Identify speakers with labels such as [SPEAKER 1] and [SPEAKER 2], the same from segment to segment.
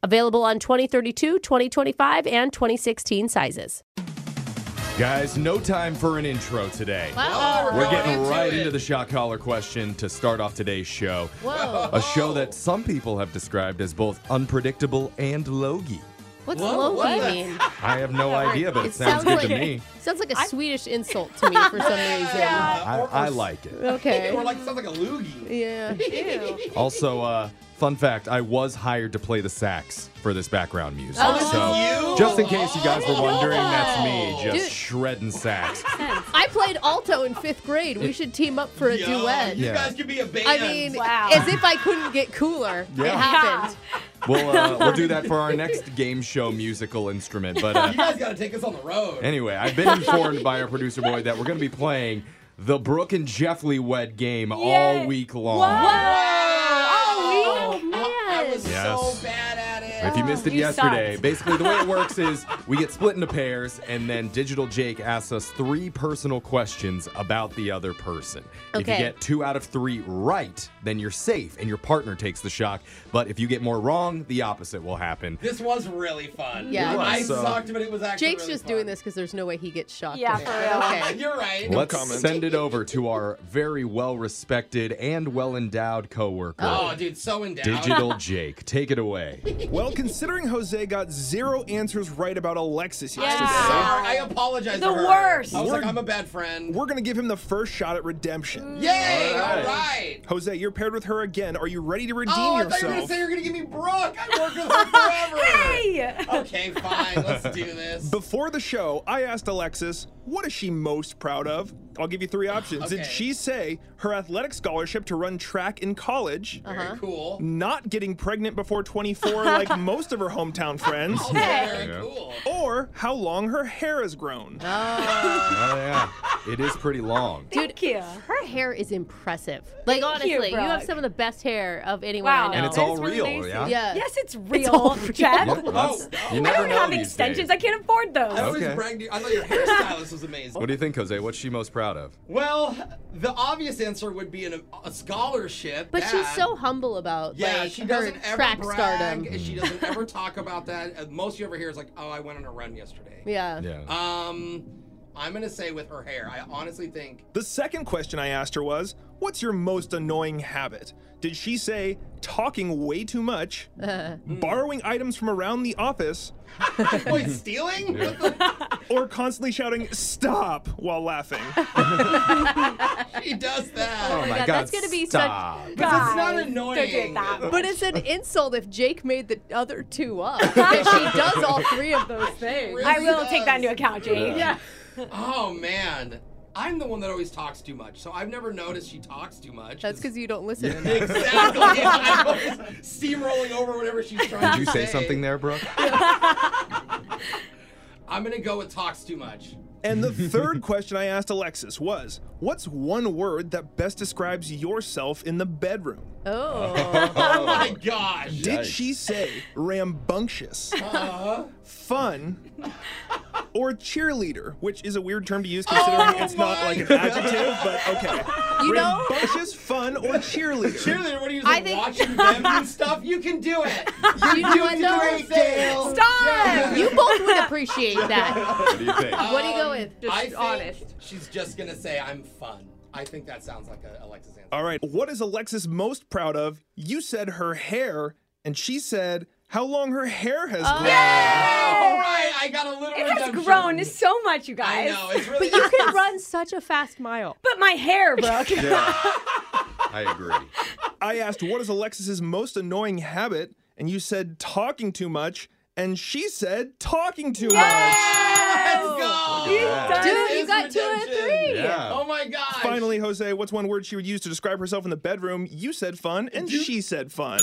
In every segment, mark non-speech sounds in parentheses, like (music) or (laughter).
[SPEAKER 1] Available on 2032, 2025, and 2016 sizes.
[SPEAKER 2] Guys, no time for an intro today.
[SPEAKER 3] Wow.
[SPEAKER 2] We're getting right
[SPEAKER 3] it.
[SPEAKER 2] into the shot collar question to start off today's show.
[SPEAKER 1] Whoa.
[SPEAKER 2] A show that some people have described as both unpredictable and logy.
[SPEAKER 3] What's
[SPEAKER 4] Whoa,
[SPEAKER 3] Loki
[SPEAKER 4] what?
[SPEAKER 3] mean?
[SPEAKER 2] I have
[SPEAKER 3] (laughs)
[SPEAKER 2] no idea, but it,
[SPEAKER 3] It sounds
[SPEAKER 2] good to
[SPEAKER 3] like-
[SPEAKER 2] me.
[SPEAKER 3] Sounds like a Swedish insult to me
[SPEAKER 5] (laughs)
[SPEAKER 3] for some reason.
[SPEAKER 2] I, I like
[SPEAKER 3] (laughs)
[SPEAKER 2] it.
[SPEAKER 3] Okay.
[SPEAKER 4] like sounds like a loogie.
[SPEAKER 3] Yeah. Ew.
[SPEAKER 2] Also, uh, fun fact I was hired to play the sax for this background music. so,
[SPEAKER 4] you?
[SPEAKER 2] just in case you guys were wondering, that's me just
[SPEAKER 3] Oh. Dude.
[SPEAKER 2] shredding
[SPEAKER 3] (laughs)
[SPEAKER 2] sax.
[SPEAKER 3] I played alto in fifth grade. We should team up for a duet.
[SPEAKER 2] Yeah.
[SPEAKER 4] You guys could be a band.
[SPEAKER 3] I mean,
[SPEAKER 5] Wow.
[SPEAKER 3] as if I couldn't get cooler. It
[SPEAKER 2] Yeah.
[SPEAKER 3] happened.
[SPEAKER 2] We'll, uh, we'll do that
[SPEAKER 3] (laughs)
[SPEAKER 2] for our next game show musical instrument. But uh,
[SPEAKER 4] you guys got to take us on the road.
[SPEAKER 2] Anyway, I've been informed by our producer boy that we're going to be playing the Brooke and Jeff Lee Wed game all week long.
[SPEAKER 4] oh, man. I, I was
[SPEAKER 2] Yes.
[SPEAKER 4] so bad at it.
[SPEAKER 2] If you missed it
[SPEAKER 5] You
[SPEAKER 2] yesterday,
[SPEAKER 5] sucked.
[SPEAKER 2] basically the way it works is we get split into pairs, and then Digital Jake asks us three personal questions about the other person. If you
[SPEAKER 3] Okay.
[SPEAKER 2] get two out of three right, then you're safe and your partner takes the shock. But if you get more wrong, the opposite will happen.
[SPEAKER 4] This was really fun.
[SPEAKER 3] Yeah. It was,
[SPEAKER 4] I
[SPEAKER 2] so-
[SPEAKER 4] sucked, but it was actually
[SPEAKER 3] Jake's
[SPEAKER 4] really
[SPEAKER 3] just
[SPEAKER 4] fun. (laughs)
[SPEAKER 3] doing this because there's no way he gets shocked.
[SPEAKER 5] Yeah,
[SPEAKER 3] today.
[SPEAKER 5] for real.
[SPEAKER 3] Okay.
[SPEAKER 4] You're right.
[SPEAKER 2] Let's send it over to our very well respected and well endowed coworker.
[SPEAKER 4] Oh, dude, so endowed.
[SPEAKER 2] Digital Jake, take it away.
[SPEAKER 6] Well, considering Jose got zero answers right about Alexis yesterday,
[SPEAKER 4] (laughs) Sorry, I apologize
[SPEAKER 5] The
[SPEAKER 4] to her.
[SPEAKER 5] worst.
[SPEAKER 4] I was like,
[SPEAKER 6] We're-
[SPEAKER 4] I'm a bad friend.
[SPEAKER 6] we're going to give him the first shot at
[SPEAKER 4] Mm.
[SPEAKER 6] redemption.
[SPEAKER 4] Yay, all
[SPEAKER 2] All
[SPEAKER 4] right.
[SPEAKER 2] right.
[SPEAKER 6] Jose, you're paired with her again. Are you ready to redeem
[SPEAKER 4] Oh, I thought you were going to
[SPEAKER 6] yourself?
[SPEAKER 4] say you were going to give me Brooke. I worked with her forever.
[SPEAKER 5] Hey.
[SPEAKER 4] Okay, fine. Let's do this.
[SPEAKER 2] (laughs)
[SPEAKER 6] Before the show, I asked Alexis, what is she most proud of? I'll give you three options. Did
[SPEAKER 4] Okay.
[SPEAKER 6] she say her athletic scholarship to run track in college?
[SPEAKER 4] Very cool.
[SPEAKER 6] Not getting pregnant before 24 like most of her hometown friends?
[SPEAKER 4] Oh, very
[SPEAKER 2] Yeah.
[SPEAKER 4] cool.
[SPEAKER 6] Or how long her hair has grown?
[SPEAKER 2] (laughs) Oh, yeah. It is pretty long.
[SPEAKER 5] Thank you.
[SPEAKER 3] Her hair is impressive. Like,
[SPEAKER 5] Thank
[SPEAKER 3] honestly,
[SPEAKER 5] you,
[SPEAKER 3] you, have
[SPEAKER 5] Brooke.
[SPEAKER 3] some of the best hair of anyone I
[SPEAKER 5] Wow.
[SPEAKER 3] know.
[SPEAKER 2] And it's
[SPEAKER 5] That
[SPEAKER 2] all
[SPEAKER 5] is really
[SPEAKER 2] real,
[SPEAKER 5] amazing.
[SPEAKER 2] yeah?
[SPEAKER 3] Yeah.
[SPEAKER 5] Yes, it's real.
[SPEAKER 3] all
[SPEAKER 5] Jeff.
[SPEAKER 2] Yep, that's- you
[SPEAKER 5] I
[SPEAKER 2] never
[SPEAKER 5] don't
[SPEAKER 2] know
[SPEAKER 5] have
[SPEAKER 2] these
[SPEAKER 5] extensions.
[SPEAKER 2] days. Oh
[SPEAKER 5] I can't afford
[SPEAKER 4] I
[SPEAKER 5] those.
[SPEAKER 4] always
[SPEAKER 2] Okay.
[SPEAKER 4] bragged to you. I thought your hairstylist was amazing.
[SPEAKER 2] (laughs) What do you think, Jose? What's she most proud of?
[SPEAKER 4] Well, the obvious answer would be an, a scholarship.
[SPEAKER 3] But she's
[SPEAKER 4] that-
[SPEAKER 3] so humble about
[SPEAKER 4] Yeah,
[SPEAKER 3] like
[SPEAKER 4] she
[SPEAKER 3] her
[SPEAKER 4] doesn't ever
[SPEAKER 3] track
[SPEAKER 4] brag.
[SPEAKER 3] stardom.
[SPEAKER 4] She doesn't ever talk about that. Uh, Most you ever hear is like, "Oh, I went on a run yesterday."
[SPEAKER 3] Yeah.
[SPEAKER 2] Yeah.
[SPEAKER 4] Um, I'm gonna say with her hair. I
[SPEAKER 2] (laughs)
[SPEAKER 4] honestly think
[SPEAKER 6] The second question I asked her was, What's your most annoying habit? Did she say talking way too much, borrowing items from around the office,
[SPEAKER 4] Wait, stealing? (laughs) What
[SPEAKER 6] or constantly shouting stop while laughing?
[SPEAKER 4] the- she does that.
[SPEAKER 2] oh my
[SPEAKER 3] God,
[SPEAKER 2] God,
[SPEAKER 3] that's gonna be such-
[SPEAKER 2] stop.
[SPEAKER 4] It's not
[SPEAKER 5] Guys, Don't do
[SPEAKER 4] annoying.
[SPEAKER 5] that.
[SPEAKER 3] But it's an insult if Jake made the other two up. Because she does all three of those things.
[SPEAKER 4] Really
[SPEAKER 5] I will
[SPEAKER 4] does.
[SPEAKER 5] take that into account, Jake.
[SPEAKER 2] Yeah.
[SPEAKER 4] Oh man. I'm the one that always talks too much, so I've never noticed she talks too much.
[SPEAKER 3] That's because you don't listen enough.
[SPEAKER 4] exactly. (laughs) I'm always steamrolling over whatever she's trying
[SPEAKER 2] Did you
[SPEAKER 4] to
[SPEAKER 2] say something there, Brooke?
[SPEAKER 4] I'm gonna go with talks too much.
[SPEAKER 6] And the third question I asked Alexis was, what's one word that best describes yourself in the bedroom?
[SPEAKER 3] Oh.
[SPEAKER 4] Oh my gosh.
[SPEAKER 6] Did she say rambunctious,
[SPEAKER 3] Uh-huh.
[SPEAKER 6] fun, or cheerleader, which is a weird term to use considering it's not like an adjective, but okay.
[SPEAKER 3] Oh You know-
[SPEAKER 6] rambunctious, fun, or cheerleader?
[SPEAKER 4] Cheerleader, what are you
[SPEAKER 3] I
[SPEAKER 4] like,
[SPEAKER 3] think-
[SPEAKER 4] watching them and stuff? You can do it.
[SPEAKER 3] you know what
[SPEAKER 4] did
[SPEAKER 3] though?
[SPEAKER 4] great, Dale.
[SPEAKER 1] Stop! You both would appreciate that.
[SPEAKER 2] What do you think?
[SPEAKER 3] What do you go
[SPEAKER 4] Um,
[SPEAKER 3] with? Just
[SPEAKER 4] I think
[SPEAKER 3] honest.
[SPEAKER 4] She's just gonna say I'm fun. I think that sounds like a Alexis answer.
[SPEAKER 6] All right, what is Alexis most proud of? You said her hair, and she said how long her hair has
[SPEAKER 3] Oh,
[SPEAKER 6] grown.
[SPEAKER 4] Oh, All right, I got a little.
[SPEAKER 5] It has
[SPEAKER 4] redemption.
[SPEAKER 5] grown so much, you
[SPEAKER 4] I
[SPEAKER 5] guys.
[SPEAKER 4] know. It's really.
[SPEAKER 1] But
[SPEAKER 4] (laughs)
[SPEAKER 1] you can run such a fast mile.
[SPEAKER 5] But my hair,
[SPEAKER 6] (laughs)
[SPEAKER 5] Brooke.
[SPEAKER 2] I
[SPEAKER 3] (laughs)
[SPEAKER 2] agree.
[SPEAKER 6] I asked what is Alexis's most annoying habit, and you said talking too much, and she said talking too much.
[SPEAKER 4] Let's go.
[SPEAKER 2] Yeah.
[SPEAKER 3] Dude,
[SPEAKER 4] It
[SPEAKER 3] you
[SPEAKER 4] is
[SPEAKER 3] got two out of
[SPEAKER 4] redemption.
[SPEAKER 3] three.
[SPEAKER 2] Yeah.
[SPEAKER 4] Oh my gosh.
[SPEAKER 6] Finally, Jose, what's one word she would use to describe herself in the bedroom? You said fun, and she said fun.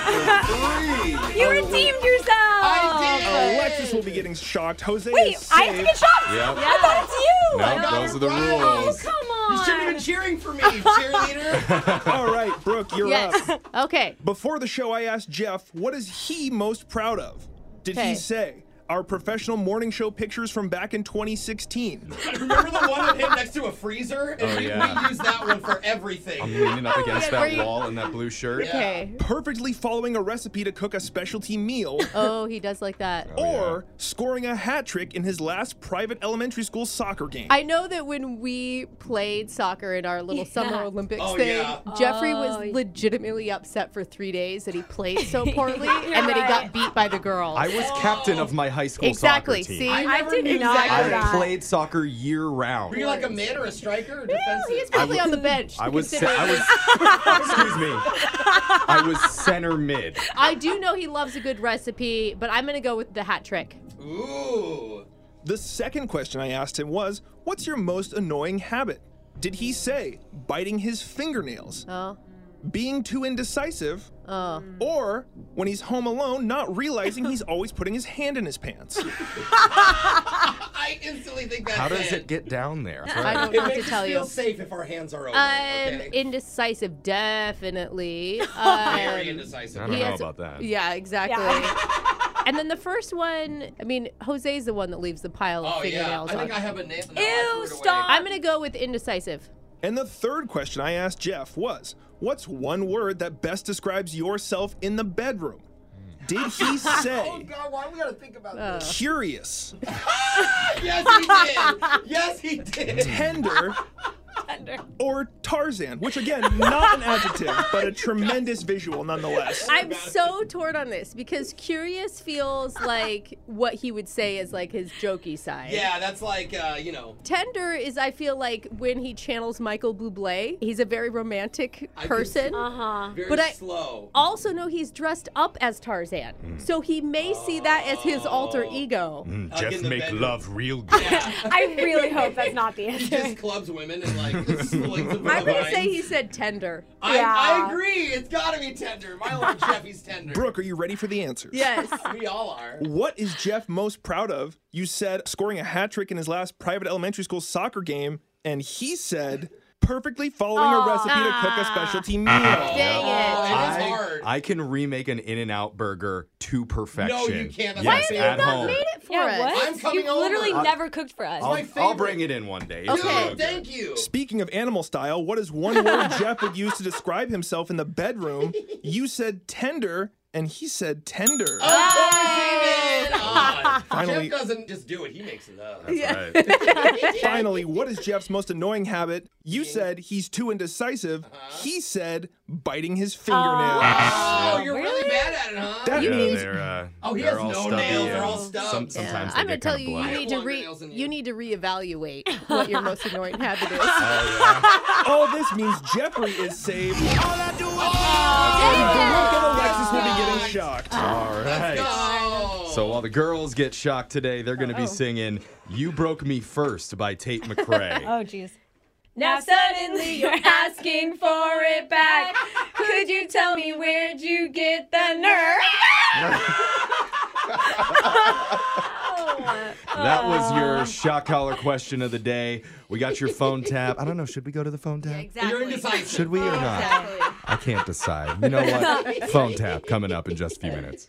[SPEAKER 5] Fun. you redeemed yourself.
[SPEAKER 6] Oh, Alexis will be getting shocked. Jose
[SPEAKER 5] Wait,
[SPEAKER 6] is
[SPEAKER 5] I have to
[SPEAKER 6] saved.
[SPEAKER 5] get shots.
[SPEAKER 2] Yep.
[SPEAKER 5] I thought it's you.
[SPEAKER 2] Nope, those are the
[SPEAKER 5] Oh,
[SPEAKER 2] rules.
[SPEAKER 5] come
[SPEAKER 4] You should have
[SPEAKER 5] on.
[SPEAKER 4] been cheering for me, cheerleader.
[SPEAKER 6] All right, Brooke, you're
[SPEAKER 1] Yes.
[SPEAKER 6] up.
[SPEAKER 1] Okay.
[SPEAKER 6] Before the show, I asked Jeff, what is he most proud of? Did
[SPEAKER 1] Okay.
[SPEAKER 6] he say our professional morning show pictures from back in 2016?
[SPEAKER 4] Remember the one of him next to a freezer? And
[SPEAKER 2] Oh,
[SPEAKER 4] we,
[SPEAKER 2] yeah.
[SPEAKER 4] we use that one for everything.
[SPEAKER 2] I'm
[SPEAKER 3] Oh
[SPEAKER 2] leaning up against
[SPEAKER 1] Were
[SPEAKER 2] that
[SPEAKER 1] you-
[SPEAKER 2] wall in that blue shirt.
[SPEAKER 1] Okay.
[SPEAKER 6] Perfectly following a recipe to cook a specialty meal?
[SPEAKER 1] (laughs) Oh, he does like that.
[SPEAKER 6] Or scoring a hat trick in his last private elementary school soccer game.
[SPEAKER 3] I know that when we played soccer in our little summer Olympics
[SPEAKER 4] Oh,
[SPEAKER 3] thing,
[SPEAKER 4] yeah.
[SPEAKER 3] Jeffrey
[SPEAKER 5] Oh,
[SPEAKER 3] was
[SPEAKER 5] yeah.
[SPEAKER 3] legitimately upset for three days that he played
[SPEAKER 5] (laughs)
[SPEAKER 3] so poorly
[SPEAKER 5] You're
[SPEAKER 3] and that he got
[SPEAKER 5] right.
[SPEAKER 3] beat by the girls.
[SPEAKER 2] I was captain of my high school
[SPEAKER 3] exactly.
[SPEAKER 2] soccer team.
[SPEAKER 3] See,
[SPEAKER 5] I
[SPEAKER 4] never
[SPEAKER 5] did
[SPEAKER 4] knew
[SPEAKER 5] not
[SPEAKER 4] that.
[SPEAKER 5] know
[SPEAKER 2] I
[SPEAKER 5] that.
[SPEAKER 2] played soccer year round.
[SPEAKER 4] Were you like a mid or a striker? Or defensive?
[SPEAKER 3] he's probably on the bench.
[SPEAKER 2] I was.
[SPEAKER 3] considering-
[SPEAKER 2] I was. excuse me.
[SPEAKER 3] (laughs)
[SPEAKER 2] I was center mid.
[SPEAKER 1] I do know he loves a good recipe, but I'm gonna go with the hat trick.
[SPEAKER 4] Ooh.
[SPEAKER 6] The second question I asked him was, What's your most annoying habit? Did he say biting his fingernails?
[SPEAKER 1] Oh.
[SPEAKER 6] Being too indecisive?
[SPEAKER 1] Oh.
[SPEAKER 6] Or when he's home alone, not realizing he's always putting his hand in his pants?
[SPEAKER 4] I instantly think that's
[SPEAKER 2] How does it
[SPEAKER 4] it.
[SPEAKER 2] get down there?
[SPEAKER 1] I don't
[SPEAKER 4] It
[SPEAKER 1] know what to
[SPEAKER 4] makes
[SPEAKER 1] tell
[SPEAKER 4] us
[SPEAKER 1] you. Um,
[SPEAKER 4] feel safe if our hands are open.
[SPEAKER 1] I'm
[SPEAKER 4] okay? Oh,
[SPEAKER 1] indecisive,
[SPEAKER 5] (laughs)
[SPEAKER 1] definitely.
[SPEAKER 4] Very
[SPEAKER 1] Um,
[SPEAKER 4] indecisive.
[SPEAKER 2] I don't know
[SPEAKER 1] Yes.
[SPEAKER 2] about that.
[SPEAKER 3] yeah, exactly.
[SPEAKER 4] (laughs)
[SPEAKER 1] and then the first one, I mean, Jose's the one that leaves the pile of
[SPEAKER 4] Oh yeah. I
[SPEAKER 1] fingernails.
[SPEAKER 4] think I
[SPEAKER 1] on.
[SPEAKER 4] have a nail. No, I
[SPEAKER 5] Ew,
[SPEAKER 4] threw it away.
[SPEAKER 5] stop.
[SPEAKER 1] I'm gonna go with indecisive.
[SPEAKER 6] and the third question I asked Jeff was, What's one word that best describes yourself in the bedroom? Did he
[SPEAKER 4] Oh
[SPEAKER 6] say
[SPEAKER 4] God, why we gotta think about this?
[SPEAKER 6] curious,
[SPEAKER 4] Yes, he
[SPEAKER 1] (laughs)
[SPEAKER 4] did. Yes, he did.
[SPEAKER 6] tender, or Tarzan? Which, again, not an adjective, but a tremendous visual nonetheless.
[SPEAKER 1] I'm so torn on this because curious feels like what he would say is like his jokey side.
[SPEAKER 4] Yeah, that's like uh, you know.
[SPEAKER 1] Tender is, I feel like, when he channels Michael Bublé. He's a very romantic
[SPEAKER 4] can
[SPEAKER 1] person.
[SPEAKER 5] Uh-huh.
[SPEAKER 4] Very
[SPEAKER 1] But I-
[SPEAKER 4] slow.
[SPEAKER 1] also know he's dressed up as Tarzan.
[SPEAKER 2] Hmm.
[SPEAKER 1] So he may see that as his alter
[SPEAKER 2] Oh.
[SPEAKER 1] ego.
[SPEAKER 4] Up in the bedroom.
[SPEAKER 2] real good.
[SPEAKER 5] I really hope that's not (laughs) the
[SPEAKER 4] He
[SPEAKER 5] answer.
[SPEAKER 4] just clubs women
[SPEAKER 2] (laughs)
[SPEAKER 4] and like slings them with
[SPEAKER 1] I'm
[SPEAKER 4] the
[SPEAKER 1] going to say
[SPEAKER 4] vines.
[SPEAKER 1] he said tender.
[SPEAKER 4] I,
[SPEAKER 5] Yeah.
[SPEAKER 4] I agree. It's gotta be tender. My
[SPEAKER 1] (laughs)
[SPEAKER 4] little Jeffy's tender.
[SPEAKER 6] Brooke, are you ready for the answers?
[SPEAKER 2] (laughs)
[SPEAKER 1] Yes.
[SPEAKER 4] We all are.
[SPEAKER 6] What is Jeff most proud of? You said scoring a hat trick in his last private elementary school soccer game, and he said perfectly following a recipe to cook a specialty meal.
[SPEAKER 1] Dang it.
[SPEAKER 4] Oh, it
[SPEAKER 2] I,
[SPEAKER 4] is hard.
[SPEAKER 2] I can remake an In and Out burger to perfection.
[SPEAKER 4] can't. That's my
[SPEAKER 2] Yes,
[SPEAKER 4] favorite.
[SPEAKER 2] at
[SPEAKER 4] Why have you not
[SPEAKER 2] home.
[SPEAKER 1] Made it for
[SPEAKER 5] yeah,
[SPEAKER 1] us.
[SPEAKER 5] what?
[SPEAKER 4] I'm coming
[SPEAKER 5] You've literally
[SPEAKER 4] over.
[SPEAKER 5] never cooked for us.
[SPEAKER 4] my
[SPEAKER 2] I'll, I'll
[SPEAKER 4] favorite.
[SPEAKER 2] bring it in one day. It's
[SPEAKER 4] Dude,
[SPEAKER 1] Okay.
[SPEAKER 2] real good.
[SPEAKER 4] thank you.
[SPEAKER 6] Speaking of animal style, what is one word Jeff would use to describe himself in the bedroom? You said tender, and he said tender.
[SPEAKER 4] Of course he did.
[SPEAKER 6] Finally-
[SPEAKER 4] Jeff doesn't just do it; he makes it up.
[SPEAKER 2] That's right.
[SPEAKER 1] (laughs)
[SPEAKER 6] Finally, what is Jeff's most annoying habit? You said he's too indecisive. He said biting his fingernails.
[SPEAKER 4] Oh, you're really bad at it, huh?
[SPEAKER 6] That
[SPEAKER 2] Yeah,
[SPEAKER 6] means
[SPEAKER 2] they're, uh,
[SPEAKER 4] Oh, he
[SPEAKER 2] they're
[SPEAKER 4] has
[SPEAKER 2] all
[SPEAKER 4] no
[SPEAKER 2] stubby
[SPEAKER 4] nails, they're
[SPEAKER 2] and
[SPEAKER 4] all stubbed.
[SPEAKER 2] some-
[SPEAKER 4] Yeah.
[SPEAKER 2] sometimes they
[SPEAKER 1] I'm gonna
[SPEAKER 2] get
[SPEAKER 1] tell
[SPEAKER 2] kinda
[SPEAKER 1] you, you
[SPEAKER 2] blunt.
[SPEAKER 1] need to
[SPEAKER 4] Longer
[SPEAKER 1] re-
[SPEAKER 4] nails than you.
[SPEAKER 1] you need to reevaluate what your most annoying
[SPEAKER 2] (laughs)
[SPEAKER 1] habit is.
[SPEAKER 6] all this means Jeffrey is saved.
[SPEAKER 4] Oh,
[SPEAKER 6] Brooke and Alexis will be getting shocked.
[SPEAKER 2] All right.
[SPEAKER 4] oh.
[SPEAKER 2] So while the girls get shocked today, they're going to be singing You Broke Me First by Tate McRae.
[SPEAKER 1] (laughs)
[SPEAKER 5] Oh, jeez. Now suddenly you're asking for it back. Could you tell me where'd you get the nerve?
[SPEAKER 2] That was your shock collar question of the day. We got your phone tap. I don't know, should we go to the phone tap?
[SPEAKER 7] Exactly.
[SPEAKER 4] You're indecisive.
[SPEAKER 2] Should we or not?
[SPEAKER 7] Exactly.
[SPEAKER 2] I can't decide. You know
[SPEAKER 7] (laughs)
[SPEAKER 2] what? phone tap coming up in just a few minutes.